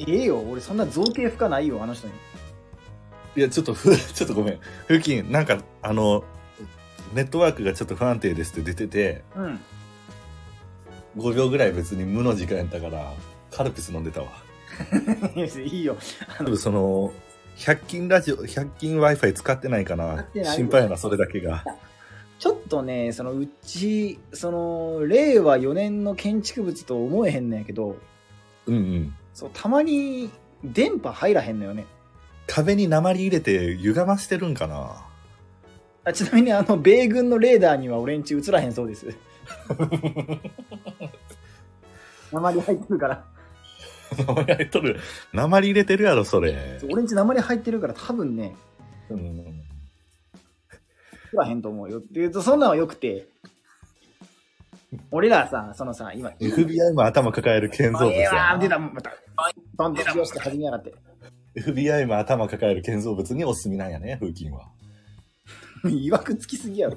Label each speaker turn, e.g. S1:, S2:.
S1: ええよ、俺そんな造形深ないよ、あの人に。
S2: いや、ちょっとふ、 ちょっとごめん。付近、なんか、あの、ネットワークがちょっと不安定ですって出てて、
S1: うん。
S2: 5秒ぐらい別に無の時間やったから、カルピス飲んでたわ。
S1: いいよ。
S2: 多分その、100均ラジオ、100均 Wi-Fi 使ってないか
S1: 使
S2: な
S1: ってない
S2: 心配やな、それだけが。
S1: ちょっとね、そのうち、その、令和4年の建築物と思えへんねんけど、
S2: うんうん。
S1: そう、たまに電波入らへんのよね。
S2: 壁に鉛入れて歪ましてるんかな
S1: あちなみに、あの、米軍のレーダーには俺んち映らへんそうです。 鉛入ってるから。
S2: 鉛入れとる。鉛入れてるやろ、それ。
S1: そう俺んち鉛入ってるから多分ね、
S2: うんうん
S1: 映らへんと思うよ。っていうと、そんなんはよくて。俺らさ、そのさ、今、
S2: FBI も頭抱える建造物
S1: ええわー出
S2: や。
S1: た、また、バンド起用して始めやがって。
S2: FBI も頭抱える建造物にお住みなんやね、風景は。
S1: いわくつきすぎやろ。